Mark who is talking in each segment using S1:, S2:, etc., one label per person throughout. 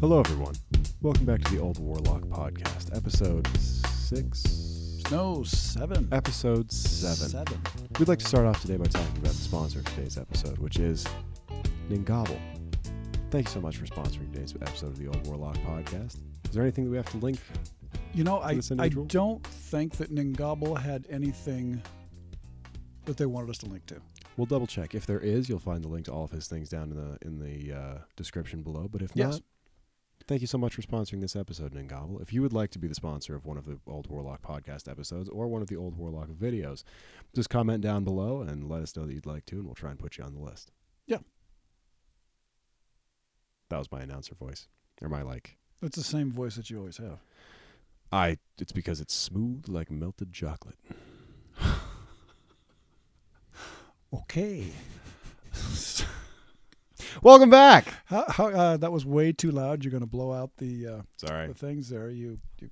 S1: Hello, everyone. Welcome back to the Old Warlock Podcast, episode six.
S2: No, seven.
S1: Episode seven.
S2: Seven.
S1: We'd like to start off today by talking about the sponsor of today's episode, which is Ningobble. Thank you so much for sponsoring today's episode of the Old Warlock Podcast. Is there anything that we have to link?
S2: You know, I,
S1: this
S2: I
S1: individual?
S2: don't think that Ningobble had anything that they wanted us to link to.
S1: We'll double check. If there is, you'll find the link to all of his things down in the in the uh, description below. But if
S2: Yes.
S1: not, thank you so much for sponsoring this episode, Ningobble. If you would like to be the sponsor of one of the Old Warlock podcast episodes or one of the Old Warlock videos, just comment down below and let us know that you'd like to, and we'll try and put you on the list.
S2: Yeah.
S1: That was my announcer voice, or my like.
S2: It's the same voice that you always have.
S1: I. It's because it's smooth like melted chocolate.
S2: Okay.
S1: Welcome back.
S2: how, how, uh, that was way too loud. You're going to blow out the uh,
S1: Sorry.
S2: the things there. You, you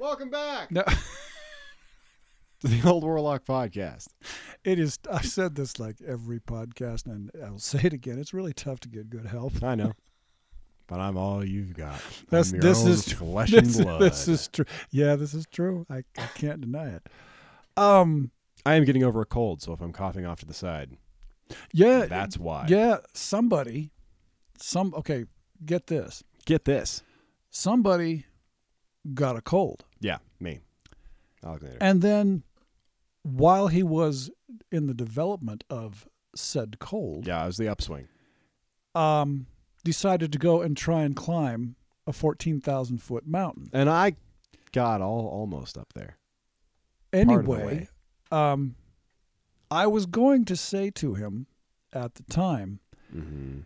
S1: Welcome back
S2: no,
S1: to the Old Warlock podcast.
S2: it is. I've said this like every podcast, and I'll say it again. It's really tough to get good help.
S1: I know. But I'm all you've got.
S2: That's-
S1: I'm your
S2: this
S1: own
S2: is-
S1: flesh
S2: This,
S1: and blood.
S2: this is true. Yeah, this is true. I, I can't deny it. Um.
S1: I am getting over a cold, so if I'm coughing off to the side,
S2: Yeah.
S1: that's why.
S2: Uh, Yeah, somebody, some okay, get this.
S1: Get this.
S2: Somebody got a cold,
S1: Yeah, me. Alexander.
S2: and then while he was in the development of said cold,
S1: Yeah, it was the upswing.
S2: um, decided to go and try and climb a fourteen thousand foot mountain.
S1: And I got all almost up there. Part of the
S2: Anyway, um, I was going to say to him at the time,
S1: Mm-hmm.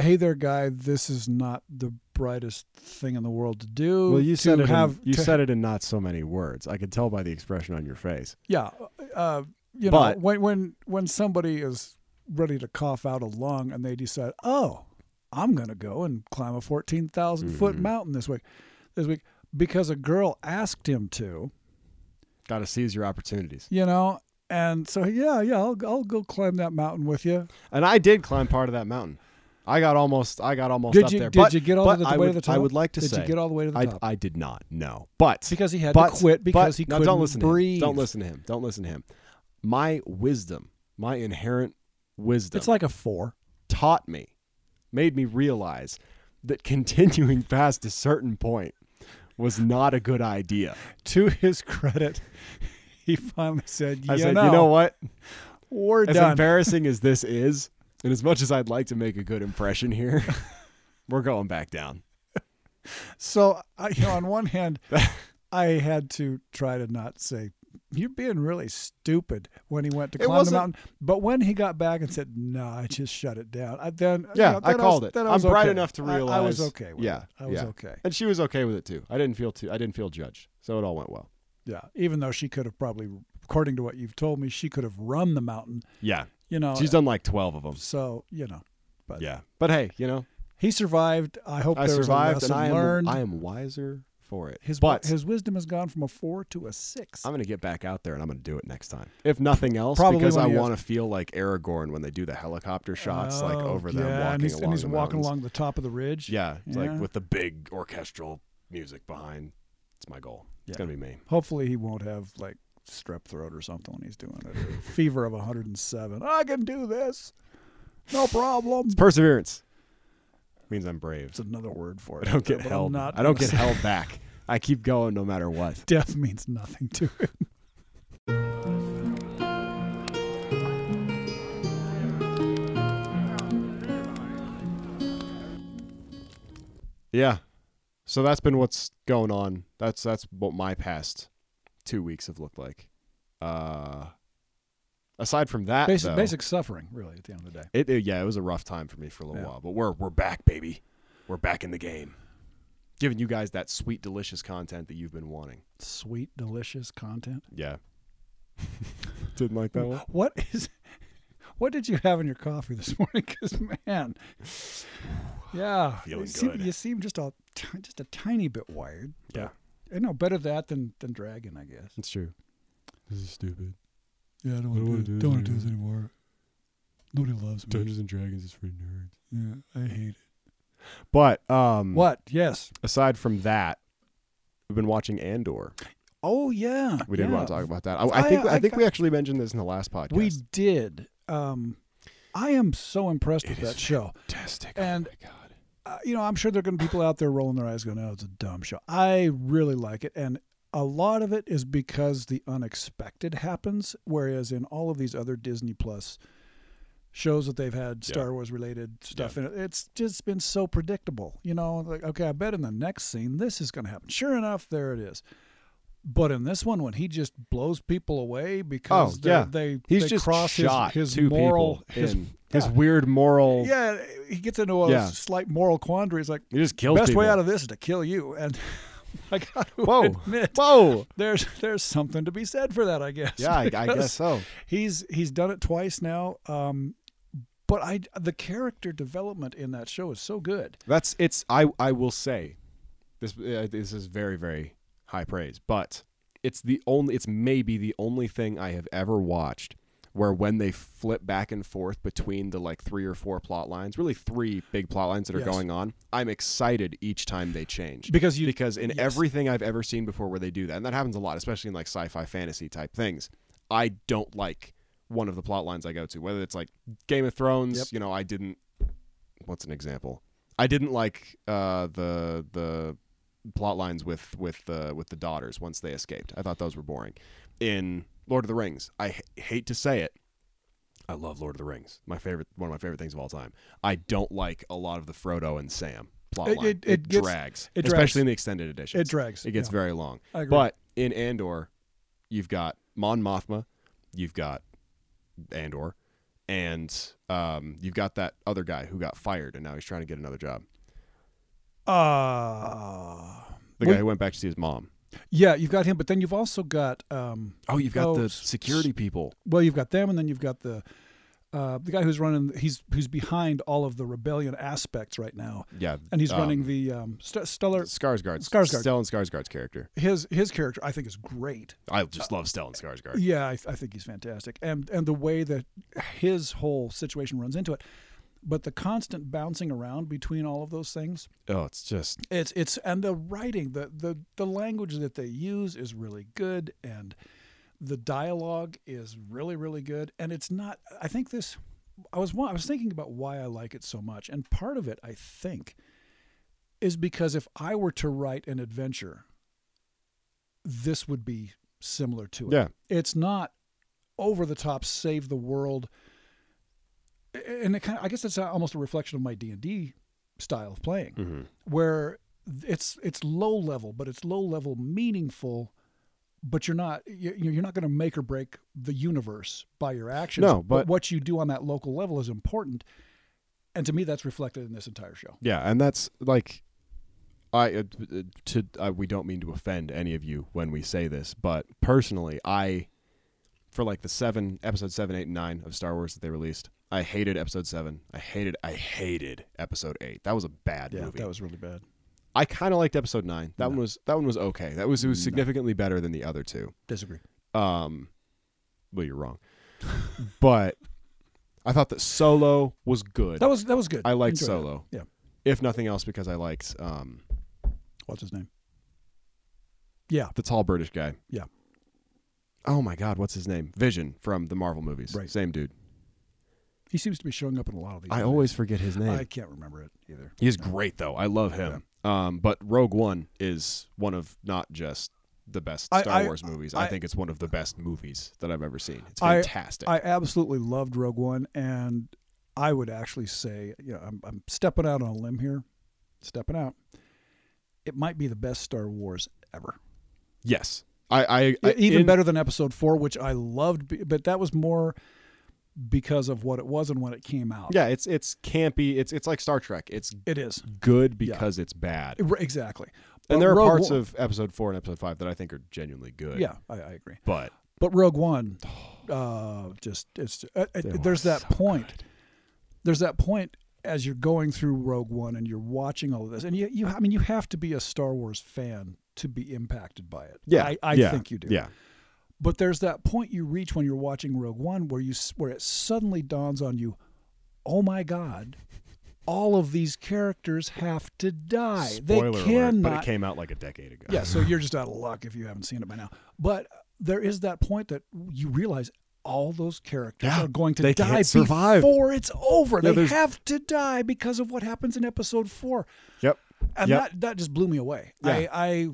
S2: "Hey there, guy. This is not the brightest thing in the world to do."
S1: Well, you
S2: to
S1: said it.
S2: have
S1: in, you
S2: to
S1: said it in not so many words. I could tell by the expression on your face.
S2: Yeah, uh, you know,
S1: But-
S2: when when when somebody is ready to cough out a lung and they decide, oh, I'm going to go and climb a fourteen foot
S1: Mhm.
S2: mountain this week, this week because a girl asked him to,
S1: Got to seize your opportunities.
S2: you know, and so yeah, yeah, I'll I'll go climb that mountain with you.
S1: And I did climb part of that mountain. I got almost. I got almost
S2: Did
S1: up
S2: you
S1: there.
S2: did
S1: but,
S2: you get all
S1: but
S2: the
S1: I would,
S2: way to the top?
S1: I would like to
S2: did
S1: say
S2: you get all the way to the
S1: I,
S2: top?
S1: I did not. No, but
S2: because he had
S1: but
S2: to quit because
S1: but-
S2: he
S1: no,
S2: couldn't
S1: don't listen
S2: breathe.
S1: To him. Don't listen to him. Don't listen to him. My wisdom, my inherent wisdom,
S2: It's like a four.
S1: taught me, made me realize that continuing past a certain point was not a good idea.
S2: To his credit, he finally said,
S1: I
S2: you,
S1: said,
S2: know,
S1: you know what?
S2: we're
S1: As
S2: done.
S1: embarrassing as this is, and as much as I'd like to make a good impression here, we're going back down.
S2: So, I, you know, on one hand, I had to try to not say you're being really stupid when he went to
S1: It
S2: climb the
S1: wasn't-
S2: mountain. But when he got back and said, "No, I just shut it down," I, then
S1: Yeah,
S2: you know,
S1: I
S2: then
S1: called
S2: was-
S1: it.
S2: then
S1: I'm
S2: was
S1: bright
S2: okay.
S1: enough to
S2: I- I, was
S1: realize-
S2: okay. With
S1: yeah,
S2: it. I was
S1: yeah.
S2: okay.
S1: And she was okay with it too. I didn't feel too. I didn't feel judged, so it all went well.
S2: Yeah, even though she could have probably, according to what you've told me, she could have run the mountain.
S1: Yeah,
S2: You know,
S1: she's done like twelve of them.
S2: so you know,
S1: Yeah, but hey, you know,
S2: he survived. I hope
S1: I
S2: there
S1: survived,
S2: was
S1: and
S2: a lesson
S1: I am
S2: learned.
S1: I am wiser for it.
S2: his
S1: but
S2: his wisdom has gone from a four to a 6
S1: I'm gonna get back out there, and I'm gonna do it next time, if nothing else,
S2: Probably
S1: because
S2: when
S1: I
S2: he has-
S1: want to feel like Aragorn when they do the helicopter shots, like
S2: Oh,
S1: over them
S2: yeah,
S1: walking
S2: and he's,
S1: along.
S2: and he's
S1: the
S2: walking
S1: mountains.
S2: along the top of the ridge.
S1: Yeah, it's
S2: Yeah.
S1: like with the big orchestral music behind. It's my goal. It's
S2: Yeah.
S1: gonna be me.
S2: Hopefully, he won't have like strep throat or something when he's doing it. or Fever of 107. I can do this. No problem.
S1: It's perseverance. means I'm brave.
S2: It's another word for it.
S1: I don't get
S2: but I'm
S1: held.
S2: not
S1: I don't
S2: gonna
S1: get
S2: say-
S1: held back. I keep going no matter what.
S2: Death means nothing to him.
S1: Yeah. So that's been what's going on. That's that's what my past two weeks have looked like. Uh aside from that,
S2: Basic,
S1: though,
S2: basic suffering, really, at the end of the day.
S1: it, it- yeah, it was a rough time for me for a little
S2: Yeah.
S1: while, but we're we're back, baby. We're back in the game. Giving you guys that sweet, delicious content that you've been wanting.
S2: Sweet, delicious content.
S1: Yeah. Didn't like that one.
S2: What is? What did you have in your coffee this morning? Because man, yeah,
S1: Feeling
S2: you seem,
S1: good.
S2: You seem just a ti- just a tiny bit wired. but
S1: Yeah. Mm.
S2: I know better that than than dragon, I guess.
S1: It's true.
S3: This is stupid.
S2: Yeah, I don't
S3: I don't
S2: want
S3: wanna
S2: to do,
S3: do
S2: don't
S3: this
S2: wanna do this anymore. Nobody loves me.
S3: Dungeons and Dragons is for nerds.
S2: Yeah, I hate it.
S1: But um,
S2: What? Yes.
S1: aside from that, we've been watching Andor.
S2: Oh yeah.
S1: We did
S2: yeah.
S1: want to talk about that. I, I think I,
S2: I- I
S1: think
S2: got-
S1: we actually mentioned this in the last podcast.
S2: We did. Um, I am so impressed with that show.
S1: fantastic.
S2: and-
S1: oh my god.
S2: Uh, you know, I'm sure there are going to be people out there rolling their eyes, going, "Oh, it's a dumb show." I really like it, and a lot of it is because the unexpected happens. Whereas in all of these other Disney Plus shows that they've had
S1: Yeah.
S2: Star Wars related stuff in it, it's just been so predictable. You know, like okay, I bet in the next scene this is going to happen. Sure enough, there it is. But in this one, when he just blows people away because they're-
S1: Oh, yeah.
S2: they
S1: He's
S2: they
S1: just
S2: cross his-
S1: shot
S2: his,
S1: two
S2: moral
S1: people
S2: his
S1: in his
S2: yeah.
S1: weird moral.
S2: yeah, he gets into a
S1: Yeah.
S2: slight moral quandary. He's like,
S1: He just kills
S2: best
S1: people.
S2: way out of this is to kill you. And I got to
S1: Whoa.
S2: admit,
S1: Whoa.
S2: there's there's something to be said for that. I guess.
S1: Yeah, I, I
S2: because
S1: guess so.
S2: he's he's done it twice now. Um, but I the character development in that show is so good.
S1: That's it's. I I will say, this uh, this is very very high praise, but it's the only. It's maybe the only thing I have ever watched where when they flip back and forth between the like three or four plot lines, really three big plot lines that are
S2: Yes.
S1: going on, I'm excited each time they change.
S2: Because you-
S1: because in
S2: yes.
S1: everything I've ever seen before where they do that, and that happens a lot, especially in like sci-fi fantasy type things, I don't like one of the plot lines I go to, whether it's like Game of Thrones,
S2: Yep.
S1: you know, I didn't what's an example? I didn't like uh, the the plot lines with with the with the daughters once they escaped. I thought those were boring. In Lord of the Rings, I h- hate to say it, I love Lord of the Rings. My favorite, one of my favorite things of all time. I don't like a lot of the Frodo and Sam plot
S2: It-
S1: line.
S2: it- it gets-
S1: drags,
S2: it
S1: especially
S2: drags.
S1: in the extended edition.
S2: It drags.
S1: It gets
S2: Yeah.
S1: very long.
S2: I agree.
S1: But in Andor, you've got Mon Mothma, you've got Andor, and um, you've got that other guy who got fired and now he's trying to get another job.
S2: uh,
S1: The
S2: Well,
S1: guy who went back to see his mom.
S2: yeah, you've got him, but then you've also got um,
S1: Oh, you've got
S2: Oh,
S1: the
S2: s-
S1: security people.
S2: well, you've got them, and then you've got the. Uh, the guy who's running, he's who's behind all of the rebellion aspects right now,
S1: Yeah,
S2: and he's
S1: um,
S2: running the um, St- Stellar
S1: Skarsgård.
S2: Skarsgård.
S1: Stellan Skarsgård's character.
S2: his his character I think is great.
S1: I just love Stellan Skarsgård.
S2: Yeah, I, I think he's fantastic, and and the way that his whole situation runs into it, but the constant bouncing around between all of those things,
S1: Oh, it's just
S2: it's it's and the writing, the the the language that they use is really good, and the dialogue is really really good, and it's not. I think this. I was wa- I was thinking about why I like it so much, and part of it I think is because if I were to write an adventure, this would be similar to it
S1: yeah.
S2: it's not over the top save the world and it kind of, i guess it's almost a reflection of my d&d style of playing
S1: Mhm.
S2: where it's it's low level but it's low level meaningful but you're not you- you're not going to make or break the universe by your actions
S1: No, but-
S2: what you do on that local level is important and to me that's reflected in this entire show
S1: Yeah, and that's like, I uh, to uh, we don't mean to offend any of you when we say this, but personally, I for like the seven episode seven, eight, and nine of Star Wars that they released, I hated episode seven. I hated, I hated episode eight. That was a bad movie.
S2: was really bad
S1: I kind of liked episode nine. That one was that one was okay. That was it was significantly better than the other two.
S2: disagree
S1: Um, well, you're wrong, but I thought that Solo was good.
S2: that was that was good
S1: I liked
S2: Enjoyed it.
S1: Solo.
S2: Yeah.
S1: If nothing else, because I liked um,
S2: what's his name yeah
S1: the tall British guy.
S2: Yeah.
S1: Oh my God, what's his name? Vision from the Marvel movies.
S2: Right.
S1: Same dude.
S2: he seems to be showing up in a lot of these
S1: I
S2: things.
S1: always forget his name.
S2: I can't remember it either.
S1: He's great though. I love him. Um, but Rogue One is one of not just the best
S2: I-
S1: Star
S2: I-
S1: Wars movies. I,
S2: I-
S1: think it's one of the best movies that I've ever seen. It's
S2: I-
S1: fantastic.
S2: I absolutely loved Rogue One, and I would actually say, you know, I'm, I'm stepping out on a limb here, stepping out. It might be the best Star Wars ever, E,
S1: yes. I, I, I
S2: even
S1: in-
S2: better than Episode Four, which I loved, be- but that was more because of what it was and when it came out.
S1: Yeah, it's it's campy. It's it's like Star Trek. It's
S2: it is
S1: good because it's bad.
S2: It- exactly. But
S1: and there are
S2: Rogue
S1: parts
S2: One-
S1: of episode four and episode five that I think are genuinely good.
S2: yeah, I, I agree.
S1: But
S2: But Rogue One, uh, just it's uh, uh,
S1: They
S2: there's
S1: were
S2: that point. There's that point as you're going through Rogue One and you're watching all of this, and you, you I mean, you have to be a Star Wars fan to be impacted by it.
S1: yeah,
S2: I, I
S1: yeah,
S2: think you do.
S1: Yeah.
S2: But there's that point you reach when you're watching Rogue One where you s- where it suddenly dawns on you, oh my God, all of these characters have to die.
S1: Spoiler
S2: they
S1: alert,
S2: cannot.
S1: but it came out like a decade ago.
S2: yeah, so you're just out of luck if you haven't seen it by now. But there is that point that you realize all those characters
S1: Yeah,
S2: are going to
S1: they
S2: die
S1: can't survive.
S2: before it's over.
S1: Yeah,
S2: they
S1: there's-
S2: have to die because of what happens in episode four.
S1: Yep.
S2: And
S1: Yep.
S2: that that just blew me away.
S1: Yeah.
S2: I, I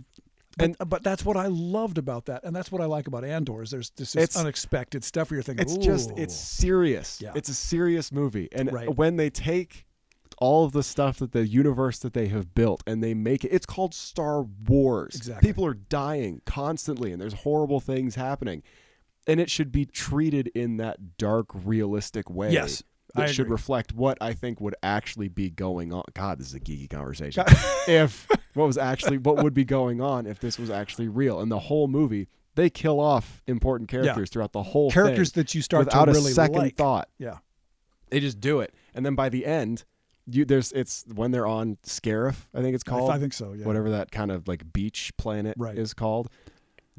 S2: but,
S1: And-
S2: but that's what I loved about that, and that's what I like about Andor is there's this,
S1: It's-
S2: unexpected stuff where you're thinking,
S1: It's just
S2: "Ooh."
S1: it's serious.
S2: Yeah.
S1: It's a serious movie. And
S2: Right.
S1: when they take all of the stuff that the universe that they have built and they make it it's called Star Wars.
S2: Exactly.
S1: People are dying constantly and there's horrible things happening. And it should be treated in that dark, realistic way.
S2: Yes,
S1: That
S2: I
S1: should
S2: agree.
S1: reflect what I think would actually be going on. God, this is a geeky conversation. if what was actually what would be going on if this was actually real. And the whole movie, they kill off important characters throughout the whole thing
S2: characters that you start
S1: without
S2: to really
S1: a second
S2: like.
S1: thought.
S2: Yeah,
S1: They just do it, and then by the end, you there's it's when they're on Scarif, I think it's
S2: I-
S1: called,
S2: I think so. Yeah,
S1: whatever that kind of like beach planet
S2: Right.
S1: is called.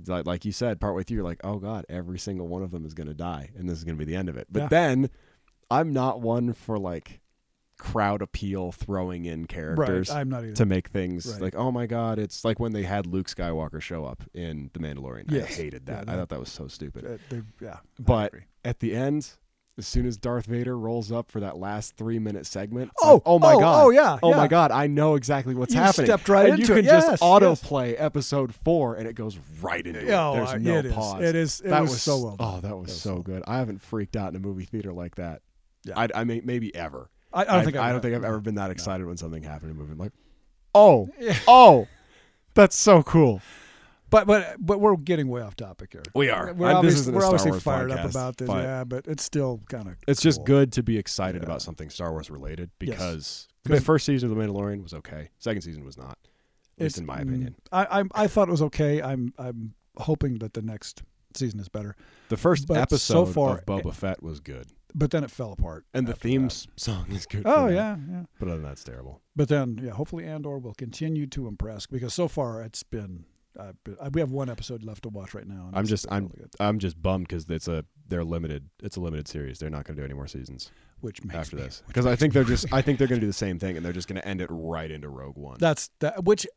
S1: Like, like you said, partway through, you're like, oh god, every single one of them is gonna die, and this is gonna be the end of it. But
S2: Yeah.
S1: then, I'm not one for like crowd appeal, throwing in characters
S2: Right, I'm not even.
S1: to make things
S2: Right.
S1: like oh my god it's like when they had luke skywalker show up in the mandalorian i
S2: Yes.
S1: hated
S2: Yeah,
S1: that i
S2: that-
S1: thought that was so stupid
S2: uh, they- yeah, I
S1: But
S2: agree.
S1: at the end, as soon as Darth Vader rolls up for that last three minute segment, it's
S2: Oh,
S1: like, oh my
S2: oh,
S1: god,
S2: oh, yeah,
S1: oh my
S2: yeah.
S1: god, I know exactly what's
S2: You
S1: happening.
S2: stepped right
S1: and
S2: into
S1: you can
S2: it.
S1: just
S2: Yes,
S1: autoplay episode four, and it goes right into it.
S2: Oh,
S1: There's
S2: uh,
S1: no
S2: it is.
S1: pause.
S2: It is. It
S1: that
S2: was, so well. Done.
S1: Oh, that was, so good. I haven't freaked out in a movie theater like that.
S2: Yeah.
S1: I, I mean, maybe ever.
S2: I, I don't
S1: I've-
S2: think.
S1: I don't think I've
S2: ever.
S1: ever been that excited when something happened in a movie. I'm like, oh, oh, that's so cool.
S2: But but but we're getting way off topic here.
S1: We are.
S2: We're
S1: I'm-
S2: obviously,
S1: this isn't a
S2: we're
S1: Star
S2: obviously
S1: Wars
S2: fired up
S1: podcast,
S2: about this,
S1: but-
S2: yeah. But it's still kind of.
S1: It's just good to be excited about something Star Wars related
S2: Yes.
S1: because the
S2: 'Cause-
S1: first season of The Mandalorian was okay. Second season was not, at least in my opinion.
S2: mm, I, I I thought it was okay. I'm I'm hoping that the next season is better.
S1: The first
S2: but so
S1: episode
S2: far-
S1: of Boba Fett was good,
S2: But then it fell apart.
S1: eh, and the
S2: after
S1: theme
S2: that.
S1: s- song is good. for
S2: Oh
S1: that.
S2: yeah, yeah.
S1: but other than that, it's terrible.
S2: But then yeah, hopefully Andor will continue to impress because so far it's been. Uh, we have one episode left to watch right now. and
S1: I'm
S2: it's
S1: just-
S2: been
S1: I'm-
S2: really good,
S1: I'm just bummed because it's a they're limited. It's a limited series. They're not going to do any more seasons
S2: which makes
S1: after
S2: me-
S1: this
S2: which
S1: because I
S2: makes
S1: think
S2: me
S1: they're just
S2: really-
S1: I think they're going to do the same thing and they're just going to end it right into Rogue One.
S2: that's that which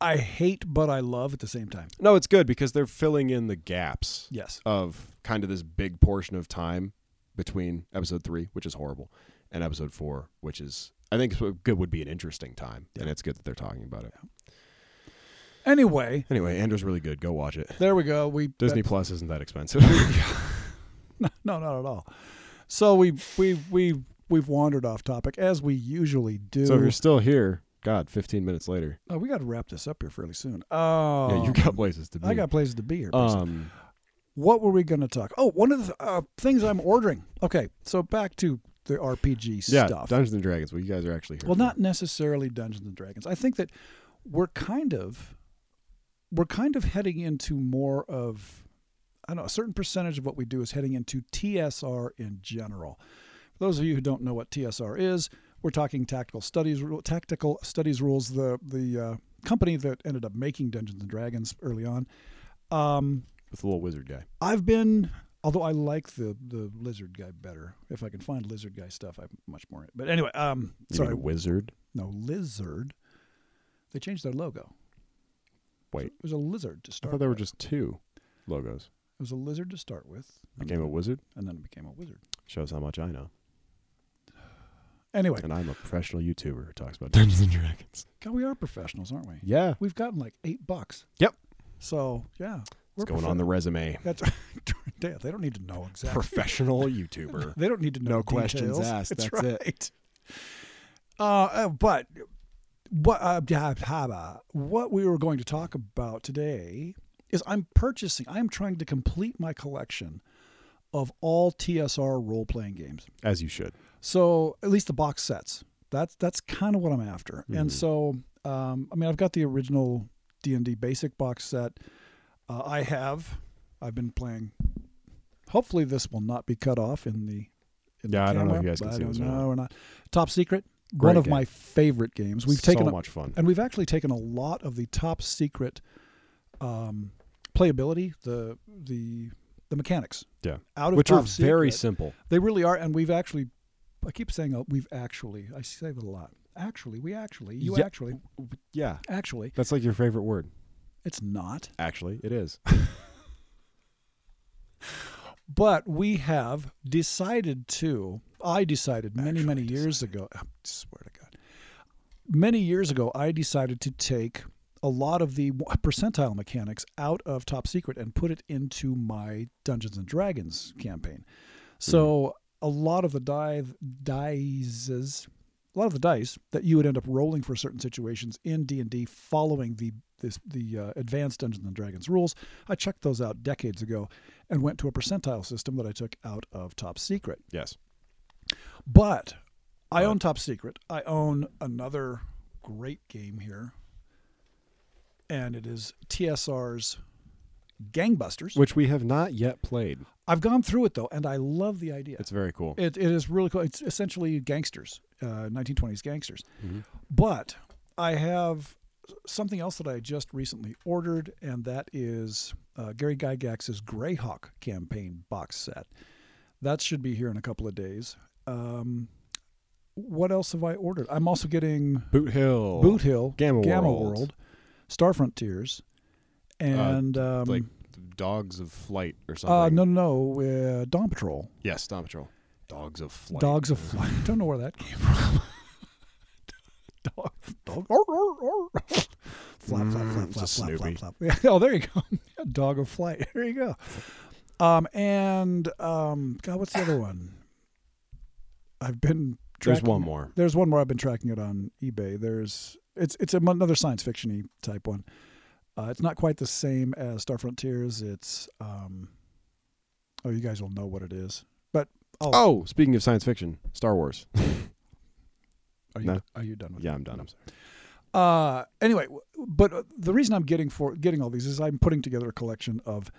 S2: I hate but I love at the same time.
S1: no, it's good because they're filling in the gaps.
S2: Yes.
S1: of kind of this big portion of time between episode three, which is horrible, and episode four, which is I think it's what good would be an interesting time, and it's good that they're talking about it.
S2: Anyway,
S1: Anyway, Andrew's really good. Go watch it.
S2: there we go. We
S1: Disney Plus isn't that expensive.
S2: No, not at all. So we we we we've wandered off topic as we usually do.
S1: so if you're still here, God, 15 minutes later,
S2: oh, we got to wrap this up here fairly soon. Oh,
S1: yeah, you got places to be.
S2: I got places to be here. Pearson.
S1: Um,
S2: what were we going to talk? Oh, one of the uh, things I'm ordering. Okay, so back to the RPG
S1: yeah,
S2: stuff.
S1: Dungeons and Dragons. Well, you guys are actually here.
S2: well,
S1: for.
S2: not necessarily Dungeons and Dragons. I think that we're kind of we're kind of heading into more of I don't know, a certain percentage of what we do is heading into TSR in general. For those of you who don't know what TSR is, we're talking tactical studies Ru- tactical studies rules the the uh, company that ended up making Dungeons and Dragons early on. Um,
S1: with the little wizard guy.
S2: I've been, although I like the the lizard guy better. If I can find lizard guy stuff, I'm much more. But anyway, um,
S1: You
S2: sorry,
S1: mean wizard.
S2: no lizard. They changed their logo.
S1: Wait.
S2: it was a lizard to
S1: I
S2: start.
S1: thought there were
S2: with.
S1: just two logos.
S2: It was a lizard to start with, and,
S1: Became a wizard.
S2: and then it became a wizard.
S1: Shows how much I know,
S2: Anyway,
S1: and I'm a professional YouTuber who talks about Dungeons and Dragons.
S2: God, we are professionals, aren't we?
S1: Yeah,
S2: We've gotten like eight bucks.
S1: Yep.
S2: So yeah,
S1: It's going on the resume.
S2: profe- That's yeah, they don't need to know exactly.
S1: Professional YouTuber.
S2: They don't need to know.
S1: No
S2: the
S1: questions
S2: details.
S1: asked.
S2: That's,
S1: That's it.
S2: right. Uh, uh, but what uh, blah, blah, blah. what we were going to talk about today is I'm purchasing. I'm trying to complete my collection of all TSR role playing games.
S1: As you should.
S2: So at least the box sets. That's that's kind of what I'm after.
S1: Mhm.
S2: And so um, I mean I've got the original D and D basic box set. Uh, I have. I've been playing. Hopefully this will not be cut off in the. In
S1: Yeah,
S2: the
S1: I don't know if
S2: camera,
S1: you guys can
S2: but
S1: see
S2: I
S1: this
S2: don't
S1: or
S2: know
S1: not.
S2: or not. Top secret.
S1: Great
S2: one of
S1: game.
S2: my favorite games. We've
S1: so
S2: taken a-
S1: much fun.
S2: and we've actually taken a lot of the top secret um, playability, the the the mechanics.
S1: Yeah.
S2: Out of
S1: Which are
S2: top
S1: very
S2: secret.
S1: simple.
S2: They really are, and we've actually I keep saying uh, we've actually. I say that a lot. Actually, we actually. You
S1: Yeah.
S2: actually.
S1: Yeah.
S2: Actually,
S1: That's like your favorite word.
S2: it's not.
S1: Actually, it is.
S2: But we have decided to. I decided many, many
S1: Actually
S2: years ago. I swear to God. Many years ago, I decided to take a lot of the percentile mechanics out of Top Secret and put it into my Dungeons and Dragons campaign. So a lot of the die dices, a lot of the dice that you would end up rolling for certain situations in D and D, following the this, the uh, advanced Dungeons and Dragons rules, I checked those out decades ago, and went to a percentile system that I took out of Top Secret.
S1: yes.
S2: But I
S1: But-
S2: own Top Secret. I own another great game here, and it is TSR's Gangbusters.
S1: Which we have not yet played.
S2: I've gone through it though, and I love the idea.
S1: It's very cool.
S2: It, it is really cool. It's essentially gangsters, uh, 1920s gangsters.
S1: Mhm.
S2: But I have something else that I just recently ordered, and that is uh, Gary Gygax's Greyhawk campaign box set. That should be here in a couple of days. Um, what else have I ordered? I'm also getting
S1: Boot Hill.
S2: Boot Hill,
S1: Gamma World.
S2: World. Star Frontiers, and um,
S1: like Dogs of Flight or something.
S2: uh, no, no, no, uh, Dawn Patrol.
S1: Yes, Dawn Patrol. Dogs of Flight.
S2: Dogs of Flight. I don't know where that came from. Dog, dog, or, or, or. Flap, flap,
S1: Mm,
S2: flap,
S1: it's
S2: flap,
S1: a
S2: flap,
S1: Snoopy.
S2: flap, flap. Yeah, oh, there you go. Dog of Flight. There you go. Um, and um, God, what's the other one? I've been.
S1: There's
S2: tracking-
S1: one more.
S2: There's one more. I've been tracking it on eBay. There's it's it's another science fictiony type one. Uh, it's not quite the same as Star Frontiers. It's um, oh, you guys will know what it is. But I'll,
S1: Oh, speaking of science fiction, Star Wars.
S2: Are you
S1: No.
S2: are you done with
S1: yeah,
S2: it?
S1: I'm done.
S2: No.
S1: I'm sorry.
S2: Uh, anyway, w- but uh, the reason I'm getting for getting all these is I'm putting together a collection of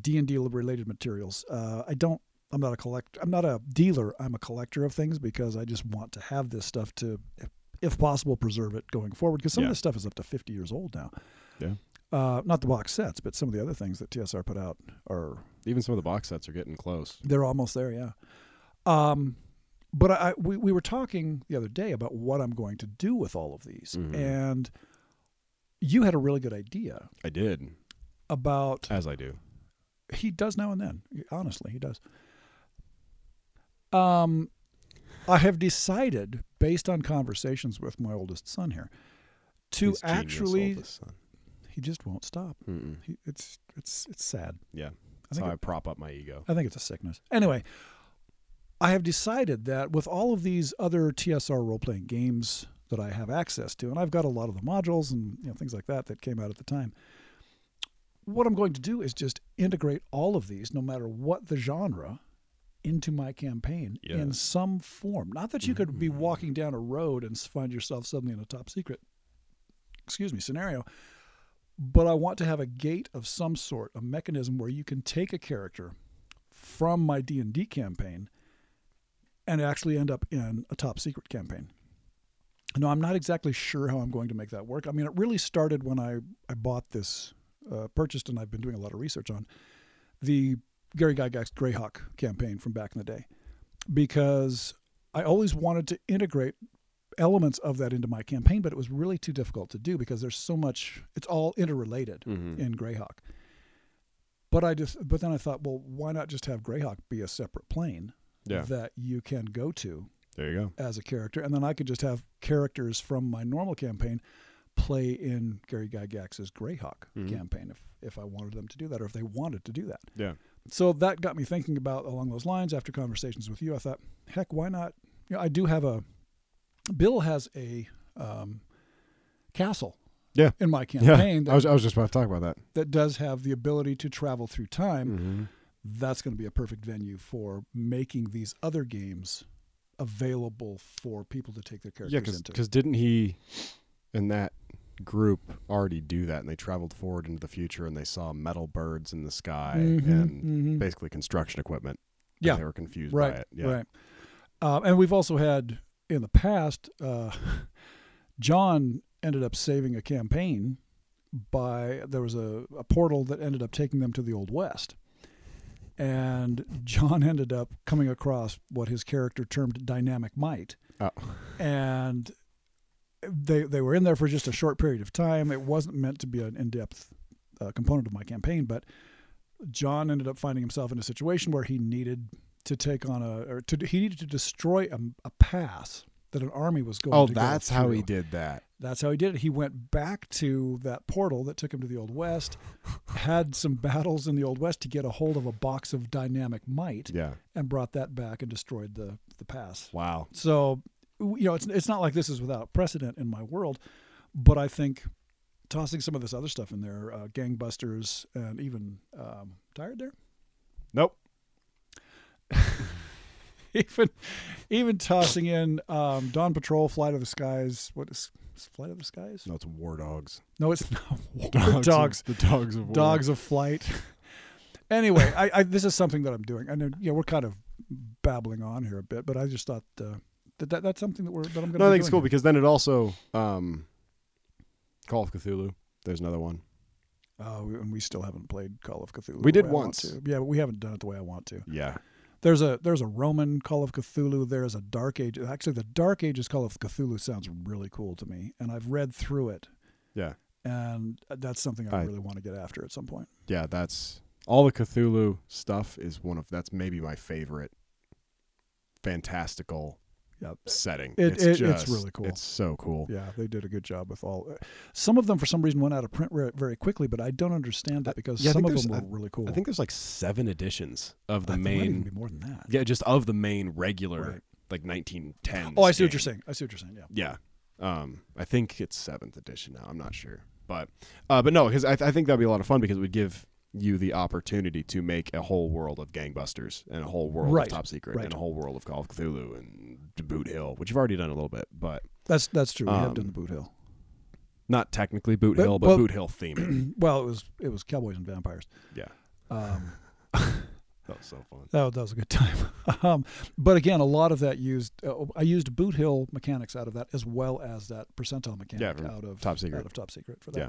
S2: D and D related materials. Uh, I don't. I'm not a collect. I'm not a dealer. I'm a collector of things because I just want to have this stuff to, if, if possible, preserve it going forward. Because some
S1: Yeah.
S2: of this stuff is up to 50 years old now.
S1: Yeah.
S2: Uh, not the box sets, but some of the other things that TSR put out are
S1: Even some of the box sets are getting close.
S2: they're almost there, yeah. Um, but I, I- we we were talking the other day about what I'm going to do with all of these,
S1: Mhm.
S2: and you had a really good idea
S1: I did,
S2: about
S1: as I do.
S2: he does now and then. Honestly, he does. Um, I have decided, based on conversations with my oldest son here, to
S1: His genius
S2: actually
S1: oldest son.
S2: he just won't stop.
S1: Mm-mm.
S2: He, it's it's it's sad.
S1: Yeah.
S2: I
S1: That's
S2: think
S1: how
S2: it-
S1: I prop up my ego.
S2: I think it's a sickness. Anyway, I have decided that with all of these other TSR role playing games that I have access to, and I've got a lot of the modules and you know, things like that that came out at the time. What I'm going to do is just integrate all of these, no matter what the genre, into my campaign in
S1: Yes.
S2: some form. Not that you could be walking down a road and s- find yourself suddenly in a top secret, excuse me, scenario, but I want to have a gate of some sort, a mechanism where you can take a character from my D&D campaign and actually end up in a top secret campaign. No, I'm not exactly sure how I'm going to make that work. I mean, it really started when I, I bought this, uh, purchased, and I've been doing a lot of research on the Gary Gygax Greyhawk campaign from back in the day because I always wanted to integrate elements of that into my campaign, but it was really too difficult to do because there's so much, it's all interrelated
S1: Mm-hmm.
S2: in Greyhawk. But I just but then I thought, well, why not just have Greyhawk be a separate plane
S1: Yeah.
S2: that you can go to
S1: There you go.
S2: as a character, and then I could just have characters from my normal campaign play in Gary Gygax's Greyhawk
S1: Mhm.
S2: campaign if if I wanted them to do that or if they wanted to do that.
S1: Yeah.
S2: So that got me thinking about along those lines after conversations with you. I thought, heck, why not? You know, I do have a Bill has a um, castle.
S1: Yeah.
S2: In my
S1: Yeah.
S2: campaign that
S1: I was I was just about to talk about that.
S2: that does have the ability to travel through time,
S1: Mm-hmm.
S2: that's going to be a perfect venue for making these other games available for people to take their
S1: Yeah,
S2: characters into.
S1: because didn't he and that group already do that? And they traveled forward into the future and they saw metal birds in the sky
S2: Mhm,
S1: and
S2: mhm.
S1: basically construction equipment. and
S2: yeah,
S1: they were confused by
S2: right,
S1: it. Yeah,
S2: right. Um, and we've also had in the past, uh, John ended up saving a campaign by there was a, a portal that ended up taking them to the old west. And John ended up coming across what his character termed dynamic might.
S1: Oh.
S2: And they they were in there for just a short period of time. It wasn't meant to be an in depth uh, component of my campaign, but John ended up finding himself in a situation where he needed to take on a or to he needed to destroy a, a pass that an army was going.
S1: Oh,
S2: to go
S1: that's how he
S2: through.
S1: did that.
S2: That's how he did it. He went back to that portal that took him to the Old West, had some battles in the Old West to get a hold of a box of dynamic might,
S1: Yeah.
S2: and brought that back and destroyed the the pass.
S1: Wow.
S2: So, you know, it's it's not like this is without precedent in my world, but I think tossing some of this other stuff in there, uh, gangbusters, and even um, tired there,
S1: Nope.
S2: even even tossing in um, Dawn Patrol, Flight of the Skies. What is Flight of the Skies?
S1: No, it's war dogs.
S2: No, it's not War dogs.
S1: The dogs of war.
S2: dogs of flight. anyway, I, I this is something that I'm doing. I know you know, we're kind of babbling on here a bit, but I just thought uh, that, that that's something that we're that I'm going.
S1: No, I think it's cool because then it also um, Call of Cthulhu. There's another one.
S2: Oh, we- and we still haven't played Call of Cthulhu.
S1: We
S2: the
S1: did
S2: way I want
S1: once.
S2: to. Yeah, but we haven't done it the way I want to.
S1: Yeah.
S2: There's a there's a Roman Call of Cthulhu. There's a Dark Age. Actually, the Dark Ages Call of Cthulhu sounds really cool to me, and I've read through it,
S1: Yeah.
S2: and that's something I,
S1: I-
S2: really want to get after at some point.
S1: Yeah, that's all the Cthulhu stuff is one of that's maybe my favorite fantastical
S2: Yeah,
S1: setting.
S2: Uh, It-
S1: it's
S2: it- it's
S1: just
S2: really cool.
S1: It's so cool.
S2: Yeah, they did a good job with all. uh, Some of them, for some reason, went out of print re- very quickly, but I don't understand that because
S1: yeah, I
S2: some
S1: think
S2: of them were
S1: there's-
S2: really cool.
S1: I think there's like seven editions of the
S2: I think it might even
S1: main
S2: be more than that.
S1: Yeah, just of the main regular
S2: Right.
S1: like 1910s.
S2: Oh, I see what
S1: game.
S2: you're saying. I see what you're saying. Yeah.
S1: Yeah. Um, I think it's seventh edition now. I'm not sure, but uh, but no, because I, I think that'd be a lot of fun because it would give you the opportunity to make a whole world of gangbusters and a whole world
S2: Right,
S1: of top secret
S2: right.
S1: and a whole world of Call of Cthulhu and Boot Hill, which you've already done a little bit, but
S2: That's that's true. We have done
S1: Um,
S2: the Boot Hill.
S1: not technically Boot
S2: But-
S1: Hill, but
S2: well-
S1: Boot Hill theming.
S2: well, it was it was Cowboys and Vampires.
S1: yeah,
S2: Um,
S1: that was so fun.
S2: that, that was a good time. Um, but again, a lot of that used uh, I used Boot Hill mechanics out of that as well as that percentile mechanic
S1: from
S2: out of
S1: Top Secret.
S2: out of Top Secret for that.
S1: Yeah.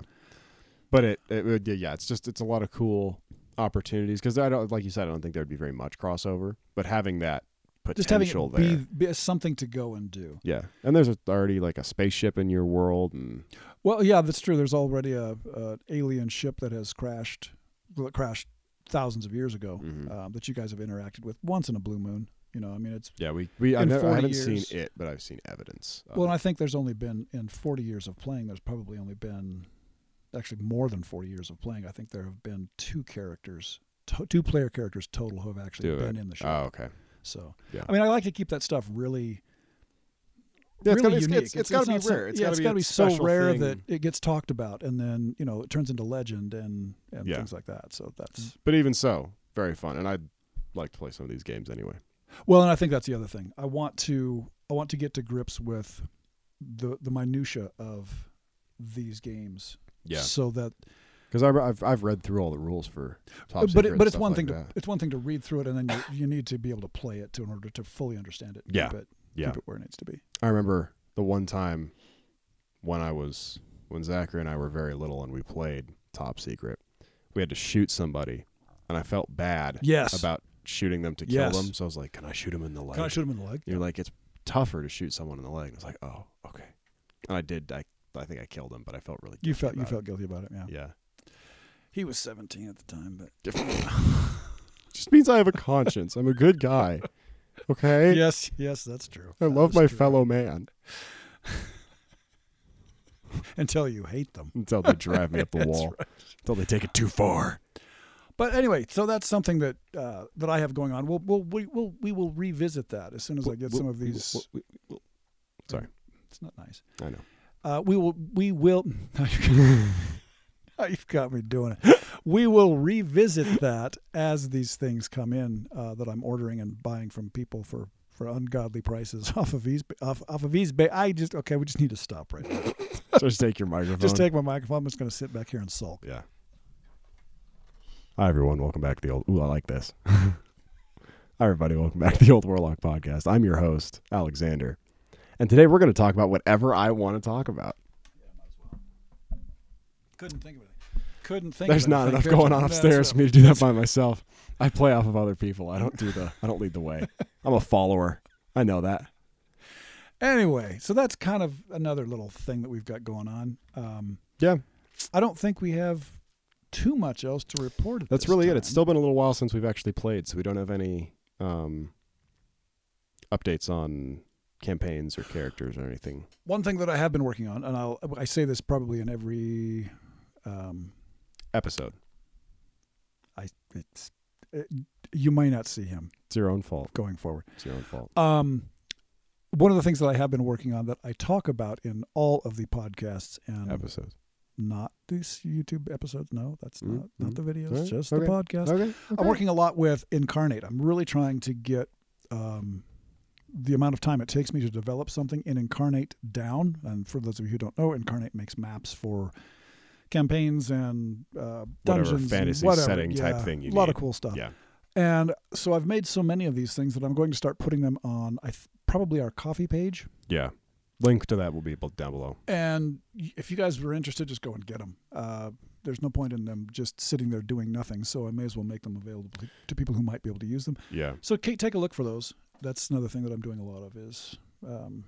S1: But it, it would, yeah, it's just it's a lot of cool opportunities because I don't like you said I don't think there'd be very much crossover, but having that potential
S2: Just having it
S1: there.
S2: be, be something to go and do.
S1: Yeah, and there's a, already like a spaceship in your world, and
S2: Well, yeah, that's true. There's already a, a alien ship that has crashed, well, it crashed thousands of years ago
S1: Mhm.
S2: um, that you guys have interacted with once in a blue moon. You know, I mean, it's
S1: yeah, we we I,
S2: In
S1: never, I
S2: 40
S1: haven't
S2: years.
S1: seen it, but I've seen evidence. of
S2: well, and
S1: it.
S2: I think there's only been in 40 years of playing. There's probably only been actually more than 40 years of playing. I think there have been two characters, to, two player characters total who have actually
S1: Do it.
S2: been in the show.
S1: oh, okay,
S2: so,
S1: yeah.
S2: I mean, I like to keep that stuff really.
S1: Yeah, it's gotta
S2: really
S1: be- it's-
S2: unique.
S1: it's- it's gotta be
S2: not some-
S1: rare. It's
S2: yeah,
S1: gotta
S2: it's
S1: be
S2: got
S1: a
S2: to be so
S1: special
S2: rare
S1: thing.
S2: that it gets talked about, and then you know it turns into legend and and
S1: Yeah.
S2: things like that. So that's
S1: but even so, very fun, and I'd like to play some of these games anyway.
S2: Well, and I think that's the other thing. I want to I want to get to grips with the the minutia of these games, so that
S1: because I've, I've I've read through all the rules for top
S2: but
S1: Secret
S2: it,
S1: and
S2: but it's
S1: stuff
S2: one
S1: like
S2: thing to
S1: that.
S2: it's one thing to read through it, and then you, you need to be able to play it to in order to fully understand it. and
S1: Yeah.
S2: keep it,
S1: yeah.
S2: keep it where it needs to be.
S1: I remember the one time when I was when Zachary and I were very little and we played Top Secret, we had to shoot somebody, and I felt bad
S2: Yes.
S1: about shooting them to kill
S2: Yes.
S1: them. So I was like, "Can I shoot him in the leg?"
S2: Can I shoot him in the leg?
S1: You're like, it's tougher to shoot someone in the leg. And it's like, oh, okay. And I did. I, I think I killed him, but I felt really.
S2: You
S1: guilty
S2: felt you
S1: about
S2: felt guilty about it. Yeah.
S1: It. Yeah.
S2: He was 17 at the time, but
S1: Just means I have a conscience. I'm a good guy. Okay.
S2: yes, yes, that's true.
S1: I
S2: That
S1: love
S2: is
S1: my
S2: true.
S1: fellow man
S2: until you hate them.
S1: until they drive me up the wall. Until they take it too far.
S2: But anyway, so that's something that uh, that I have going on. We'll we'll we will we will revisit that as soon as I get some of these.
S1: Sorry.
S2: It's not nice.
S1: I know.
S2: Uh, we will. We will. Now you've- now you've got me doing it. We will revisit that as these things come in uh, that I'm ordering and buying from people for for ungodly prices off of eBay. Off, off of eBay. I just okay. We just need to stop right now.
S1: So just take your microphone.
S2: Just take my microphone. I'm just going to sit back here and sulk.
S1: Yeah. Hi everyone, welcome back to the old. Ooh, I like this. Hi everybody, welcome back to the Old Warlock Podcast. I'm your host Alexander, and today we're going to talk about whatever I want to talk about.
S2: Couldn't think of it. Couldn't think.
S1: There's
S2: of anything.
S1: not enough
S2: There's-
S1: going on
S2: that's
S1: upstairs for
S2: what-
S1: me to do that by myself. I play off of other people. I don't do the. I don't lead the way. I'm a follower. I know that.
S2: Anyway, so that's kind of another little thing that we've got going on. Um,
S1: Yeah,
S2: I don't think we have too much else to report. At
S1: that's
S2: this
S1: really it. It's
S2: time.
S1: still been a little while since we've actually played, so we don't have any um, updates on campaigns or characters or anything.
S2: one thing that I have been working on, and I'll I say this probably in every um,
S1: Episode.
S2: it's it, you may not see him
S1: It's your own fault.
S2: going forward.
S1: It's your own fault.
S2: Um, one of the things that I have been working on that I talk about in all of the podcasts and
S1: Episode.
S2: not these YouTube episodes. No, that's
S1: Mm,
S2: not not
S1: mm.
S2: the videos,
S1: All right,
S2: just
S1: okay,
S2: the podcast.
S1: Okay.
S2: I'm working a lot with Incarnate. I'm really trying to get um, the amount of time it takes me to develop something in Incarnate down. And for those of you who don't know, Incarnate makes maps for campaigns and uh, dungeons, and
S1: fantasy
S2: whatever.
S1: setting type
S2: Yeah,
S1: thing you
S2: A lot
S1: need.
S2: of cool stuff.
S1: Yeah.
S2: And so I've made so many of these things that I'm going to start putting them on. I th- probably our coffee page.
S1: Yeah. Link to that will be bu- down below.
S2: And y- if you guys were interested, just go and get them. Uh, there's no point in them just sitting there doing nothing. So I may as well make them available to, to people who might be able to use them.
S1: Yeah.
S2: So Kate, take a look for those. That's another thing that I'm doing a lot of is um,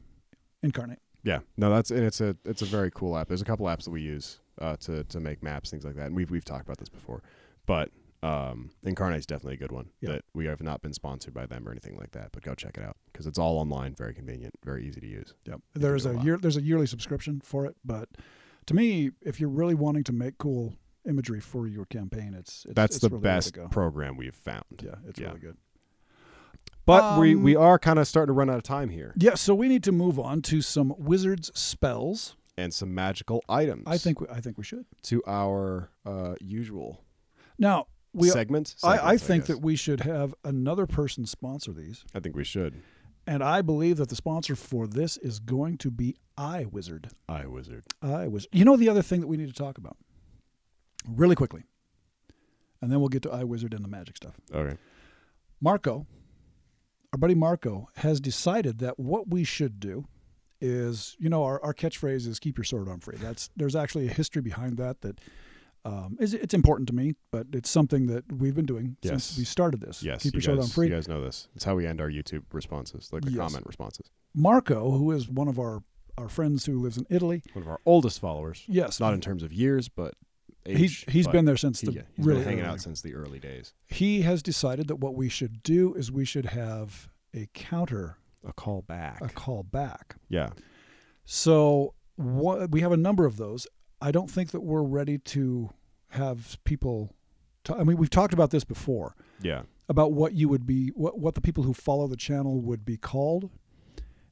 S2: incarnate.
S1: Yeah, no, that's and it's a it's a very cool app. There's a couple apps that we use uh, to to make maps, things like that, and we've we've talked about this before. But um, Incarnate's definitely a good one
S2: Yeah.
S1: that we have not been sponsored by them or anything like that. But go check it out because it's all online, very convenient, very easy to use. Yep,
S2: There is a year there's a yearly subscription for it, but to me, if you're really wanting to make cool imagery for your campaign, it's, it's
S1: That's
S2: it's
S1: the
S2: really way to
S1: best
S2: go.
S1: program we've found.
S2: yeah, it's
S1: Yeah.
S2: really good.
S1: But we we
S2: Um,
S1: are kind of starting to run out of time here,
S2: Yeah, so we need to move on to some wizards spells.
S1: and some magical items.
S2: I think we, I think we should
S1: to our uh, usual
S2: now. We
S1: segment.
S2: I, I
S1: Segments,
S2: think
S1: guess.
S2: that we should have another person sponsor these,
S1: I think we should.
S2: and I believe that the sponsor for this is going to be iWizard.
S1: I wizard.
S2: I was. You know the other thing that we need to talk about, really quickly, and then we'll get to iWizard and the magic stuff.
S1: Okay.
S2: Marco, our buddy Marco, has decided that what we should do is, you know, our, our catchphrase is "keep your sword arm free." That's there's actually a history behind that that um, is it's important to me, but it's something that we've been doing
S1: Yes.
S2: since we started this.
S1: Yes,
S2: keep
S1: you
S2: your sword
S1: guys,
S2: arm free.
S1: You guys know this. It's how we end our YouTube responses, like the
S2: Yes.
S1: comment responses.
S2: Marco, who is one of our our friends who lives in Italy,
S1: One of our oldest followers,
S2: yes,
S1: not in terms of years, but age.
S2: he's he's
S1: but
S2: been there since
S1: he,
S2: the
S1: yeah, he's
S2: really
S1: been hanging
S2: early.
S1: out since the early days.
S2: he has decided that what we should do is we should have a counter,
S1: A call back.
S2: a call back.
S1: yeah,
S2: So what, we have a number of those. I don't think that we're ready to have people. ta- I mean, we've talked about this before
S1: yeah,
S2: about what you would be, what, what the people who follow the channel would be called.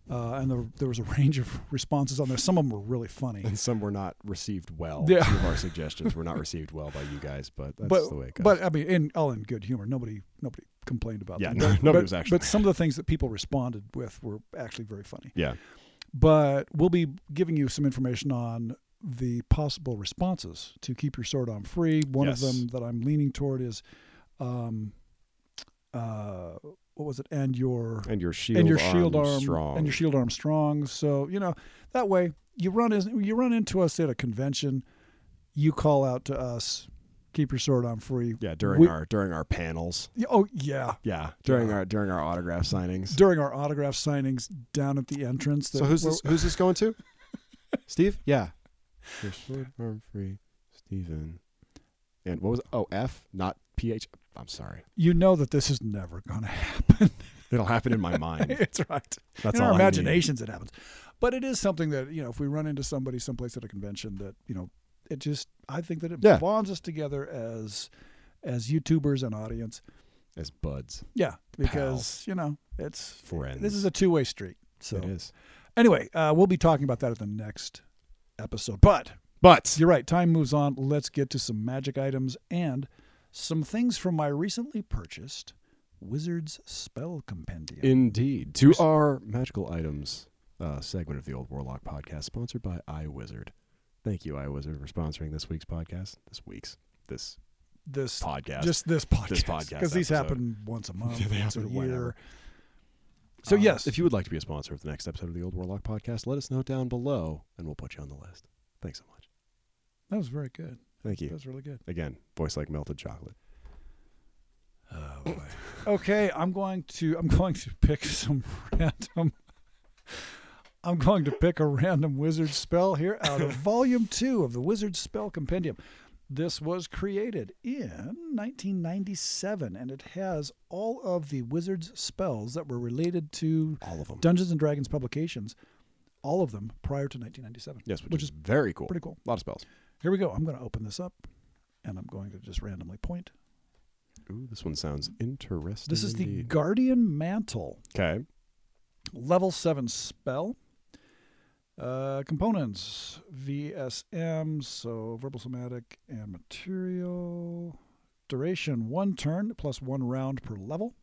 S2: Uh, and there, there was a range of responses on there. Some of them were really funny.
S1: and some were not received well.
S2: Yeah.
S1: Some of our suggestions were not received well by you guys, but that's
S2: but
S1: the way it goes.
S2: but I mean, in, all in good humor. Nobody nobody complained about
S1: Yeah,
S2: them.
S1: no-
S2: But-
S1: nobody
S2: but-
S1: was actually
S2: But some of the things that people responded with were actually very funny.
S1: yeah,
S2: but we'll be giving you some information on the possible responses to keep your sword on free. One of
S1: Yes.
S2: them that I'm leaning toward is, um, uh, what was it? And your
S1: and your shield,
S2: and your shield
S1: arm,
S2: arm,
S1: strong,
S2: and your shield arm strong. So you know that way you run is you run into us at a convention, you call out to us, keep your sword on free.
S1: yeah, during
S2: we-
S1: our during our panels,
S2: Yeah, Oh yeah,
S1: yeah, during
S2: Yeah.
S1: our during our autograph signings.
S2: during our autograph signings down at the entrance.
S1: so who's
S2: we're-
S1: this? Who's this going to? Steve? Yeah. Your short arm free, Steven. And what was oh F not PH? I'm sorry.
S2: You know that this is never going to happen.
S1: It'll happen in my mind.
S2: it's right.
S1: That's
S2: in
S1: all
S2: our
S1: I need.
S2: imaginations it happens but it is something that you know if we run into somebody someplace at a convention that you know it just i think that it
S1: Yeah.
S2: bonds us together as as youtubers and audience
S1: As buds,
S2: yeah because you know it's
S1: friends.
S2: this is a two-way street so
S1: it is.
S2: anyway uh, we'll be talking about that at the next episode but
S1: But
S2: you're right time moves on let's get to some magic items and some things from my recently purchased wizard's spell compendium
S1: indeed, to our magical items uh, segment of the Old Warlock podcast, sponsored by iWizard. Thank you, iWizard, for sponsoring this week's podcast. This week's this
S2: this
S1: podcast.
S2: Just this podcast.
S1: podcast
S2: Because these
S1: episode.
S2: happen once a month,
S1: Yeah, they
S2: once a
S1: happen
S2: year.
S1: whenever.
S2: So
S1: Uh,
S2: yes,
S1: if you would like to be a sponsor of the next episode of the Old Warlock podcast, let us know down below, and we'll put you on the list. Thanks so much.
S2: that was very good.
S1: Thank
S2: That
S1: you
S2: was really good.
S1: again. Voice like melted chocolate.
S2: Uh, boy. Okay, I'm going to I'm going to pick some random. I'm going to pick a random wizard spell here out of Volume Two of the Wizard Spell Compendium. This was created in 1997, and it has all of the wizard's spells that were related to
S1: All of them.
S2: Dungeons and Dragons publications, all of them prior to 1997.
S1: Yes, which,
S2: which
S1: is,
S2: is
S1: very cool.
S2: pretty cool.
S1: A lot of spells.
S2: Here we go. I'm going to open this up, and I'm going to just randomly point.
S1: Ooh, this one sounds interesting.
S2: This is the
S1: indeed.
S2: Guardian Mantle,
S1: okay.
S2: level 7 spell. Uh, components VSM, so verbal somatic and material. Duration one turn plus one round per level.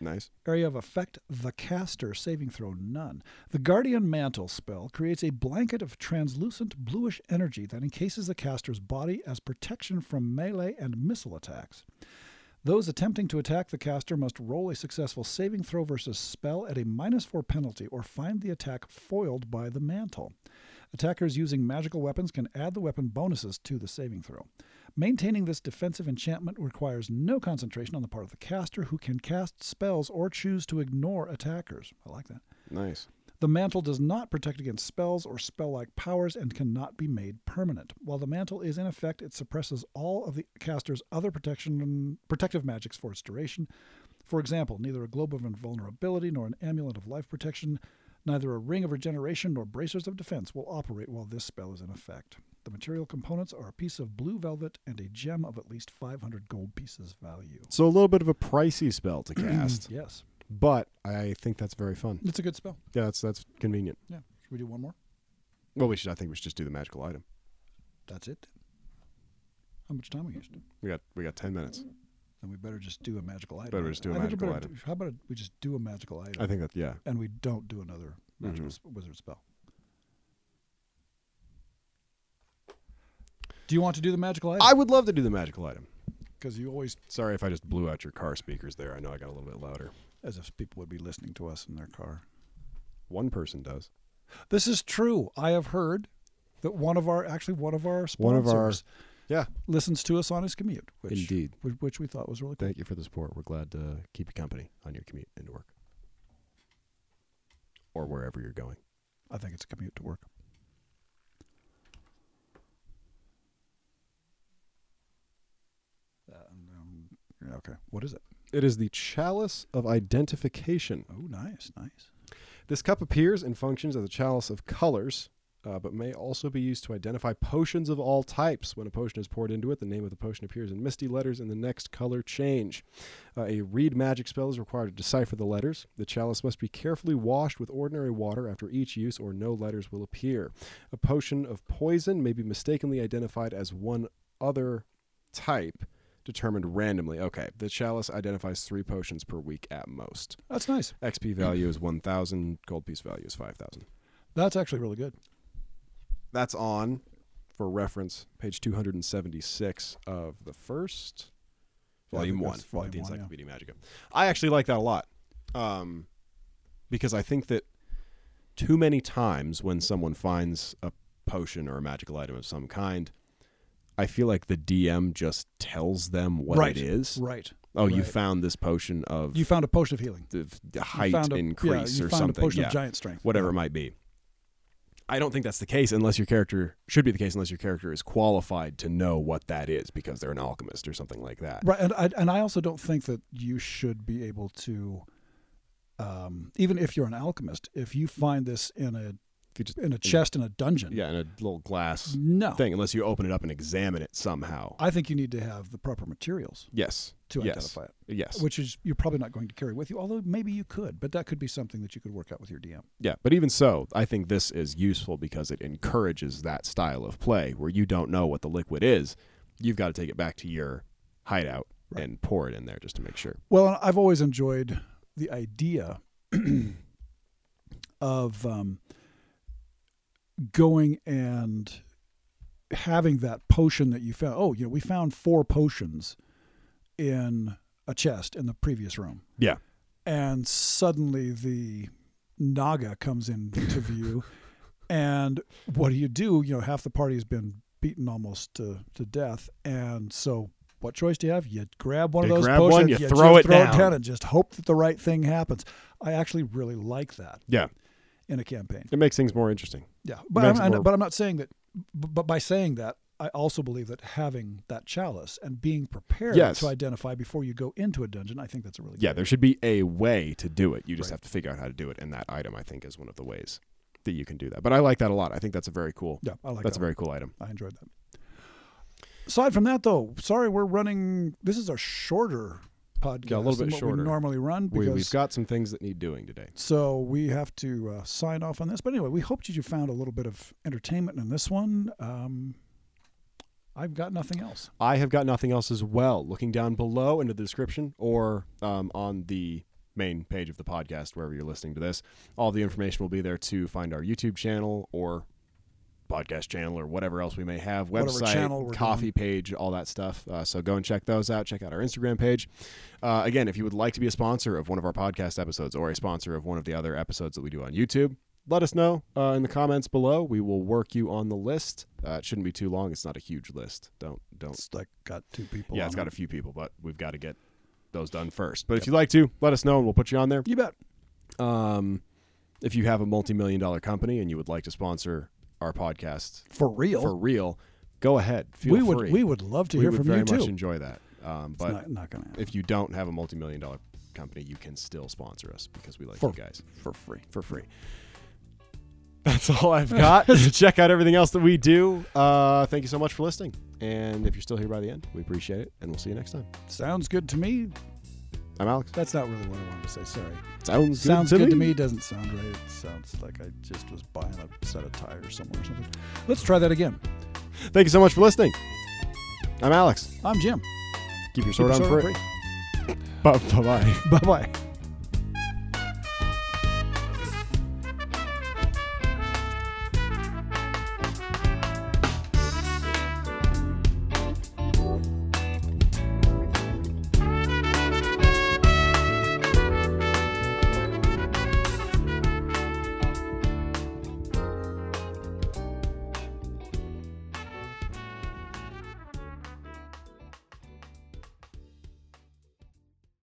S1: Nice.
S2: Area of effect, the caster, saving throw none. The Guardian Mantle spell creates a blanket of translucent bluish energy that encases the caster's body as protection from melee and missile attacks. Those attempting to attack the caster must roll a successful saving throw versus spell at a minus four penalty or find the attack foiled by the mantle. Attackers using magical weapons can add the weapon bonuses to the saving throw. Maintaining this defensive enchantment requires no concentration on the part of the caster, who can cast spells or choose to ignore attackers. I like that.
S1: Nice.
S2: The mantle does not protect against spells or spell like powers and cannot be made permanent. While the mantle is in effect, it suppresses all of the caster's other protection protective magics for its duration. For example, neither a globe of invulnerability nor an amulet of life protection, neither a ring of regeneration nor bracers of defense will operate while this spell is in effect. The material components are a piece of blue velvet and a gem of at least 500 gold pieces value.
S1: So a little bit of a pricey spell to cast,
S2: Yes,
S1: but I think that's very fun.
S2: it's a good spell.
S1: Yeah, that's that's convenient.
S2: Yeah. Should we do one more?
S1: Well, we should. I think we should just do the magical item.
S2: That's it. How much time we used?
S1: We got we got ten minutes.
S2: then we better just do a magical item.
S1: Better just do a
S2: I think
S1: magical
S2: we better
S1: item.
S2: do- how about we just do a magical item
S1: I think that yeah.
S2: and we don't do another magical
S1: Mhm.
S2: s- wizard spell? Do you want to do the magical
S1: I
S2: item?
S1: would love to do the magical item.
S2: Because you always,
S1: Sorry if I just blew out your car speakers there. I know I got a little bit louder.
S2: as if people would be listening to us in their car.
S1: One person does.
S2: This is true. I have heard that one of our, actually one of our sponsors,
S1: One of our- Yeah.
S2: listens to us on his commute, which
S1: Indeed.
S2: whi- which we thought was really cool.
S1: Thank you for the support. We're glad to keep you company on your commute into work or wherever you're going.
S2: I think it's a commute to work. Uh, um, yeah, okay. What is it?
S1: It is the chalice of identification.
S2: Oh, nice, nice.
S1: This cup appears and functions as a chalice of colors, uh, but may also be used to identify potions of all types. When a potion is poured into it, the name of the potion appears in misty letters in the next color change. Uh, a read magic spell is required to decipher the letters. The chalice must be carefully washed with ordinary water after each use, or no letters will appear. A potion of poison may be mistakenly identified as one other type. Determined randomly. Okay, the chalice identifies three potions per week at most.
S2: That's nice.
S1: XP value is 1,000. Gold piece value is 5,000.
S2: That's actually really good.
S1: That's on, for reference, page 276 of the first
S2: Yeah, I
S1: volume
S2: think
S1: one
S2: that's volume
S1: of the
S2: one, yeah.
S1: Encyclopedia Magica. I actually like that a lot um, because I think that too many times when someone finds a potion or a magical item of some kind, I feel like the DM just tells them what
S2: Right.
S1: it is.
S2: Right.
S1: Oh, you
S2: Right.
S1: found this potion of
S2: You found a potion of healing.
S1: of
S2: You
S1: height
S2: found a-
S1: increase
S2: yeah, you
S1: or
S2: found
S1: something.
S2: A potion
S1: yeah
S2: of giant strength.
S1: whatever it might be. I don't think that's the case unless your character should be the case unless your character is qualified to know what that is because they're an alchemist or something like that.
S2: Right, and I, and I also don't think that you should be able to, um, even if you're an alchemist, if you find this in a
S1: If you just
S2: in a chest in a dungeon.
S1: yeah, in a little glass
S2: No.
S1: thing unless you open it up and examine it somehow.
S2: I think you need to have the proper materials
S1: yes.
S2: to
S1: yes.
S2: identify it,
S1: Yes.
S2: which is you're probably not going to carry with you. Although maybe you could, but that could be something that you could work out with your DM.
S1: yeah, but even so, I think this is useful because it encourages that style of play where you don't know what the liquid is. You've got to take it back to your hideout
S2: Right.
S1: and pour it in there just to make sure.
S2: Well, and I've always enjoyed the idea of um, going and having that potion that you found. Oh, you know, we found four potions in a chest in the previous room.
S1: Yeah.
S2: and suddenly the naga comes into view and what do you do you know half the party has been beaten almost to, to death and so what choice do you have? You grab one
S1: You
S2: of those
S1: grab
S2: potions,
S1: one, you
S2: you
S1: throw
S2: just
S1: it
S2: throw
S1: down.
S2: it down, and just hope that the right thing happens. I actually really like that
S1: Yeah,
S2: in a campaign.
S1: it makes things more interesting.
S2: Yeah, but I'm,
S1: makes it
S2: I'm-
S1: more-
S2: but I'm not saying that. b- But by saying that, I also believe that having that chalice and being prepared
S1: Yes.
S2: to identify before you go into a dungeon, I think that's a really
S1: Yeah,
S2: good
S1: there should be a way to do it. You just
S2: Right.
S1: have to figure out how to do it, and that item I think is one of the ways that you can do that. But I like that a lot. I think that's a very cool.
S2: Yeah, I like
S1: that's
S2: that.
S1: a very cool item.
S2: I enjoyed that. Aside from that, though, sorry, we're running. This is a shorter podcast.
S1: Yeah, a little
S2: than
S1: bit
S2: what
S1: shorter.
S2: We normally run
S1: We,
S2: because
S1: we've got some things that need doing today.
S2: so we have to uh, sign off on this. But anyway, we hope that you found a little bit of entertainment in this one. Um, I've got nothing else.
S1: I have got nothing else as well. Looking down below into the description or um, on the main page of the podcast, wherever you're listening to this, all the information will be there to find our YouTube channel or podcast channel or whatever else we may have,
S2: Whatever channel
S1: website,
S2: we're
S1: coffee page, all that stuff. Uh, so go and check those out. Check out our Instagram page. Uh, again, if you would like to be a sponsor of one of our podcast episodes or a sponsor of one of the other episodes that we do on YouTube, let us know uh, in the comments below. We will work you on the list. Uh, it shouldn't be too long. It's not a huge list. Don't don't
S2: It's like got two people.
S1: yeah,
S2: on
S1: it's
S2: it.
S1: got a few people, but we've got to get those done first. But if you'd like to, let us know and we'll put you on there.
S2: You bet.
S1: Um, if you have a multi million dollar company and you would like to sponsor our podcast
S2: For real.
S1: for real, go ahead. Feel
S2: we
S1: free.
S2: would we would love to
S1: We
S2: hear
S1: would
S2: from
S1: very
S2: you too.
S1: much enjoy that. Um,
S2: it's
S1: but
S2: not, not gonna happen
S1: if you don't have a multi million dollar company, you can still sponsor us because we like
S2: For-
S1: you guys
S2: for free.
S1: for free. That's all I've got. Check out everything else that we do. Uh, thank you so much for listening. And if you're still here by the end, we appreciate it. And we'll see you next time.
S2: Sounds good to me.
S1: I'm Alex.
S2: That's not really what I wanted to say. Sorry.
S1: Sounds,
S2: Sounds good to me. Doesn't sound right. It sounds like I just was buying a set of tires somewhere or something. Let's try that again.
S1: Thank you so much for listening. I'm Alex.
S2: I'm Jim.
S1: Keep your
S2: Keep
S1: sword
S2: your
S1: on
S2: sword
S1: free. Bye bye.
S2: Bye bye.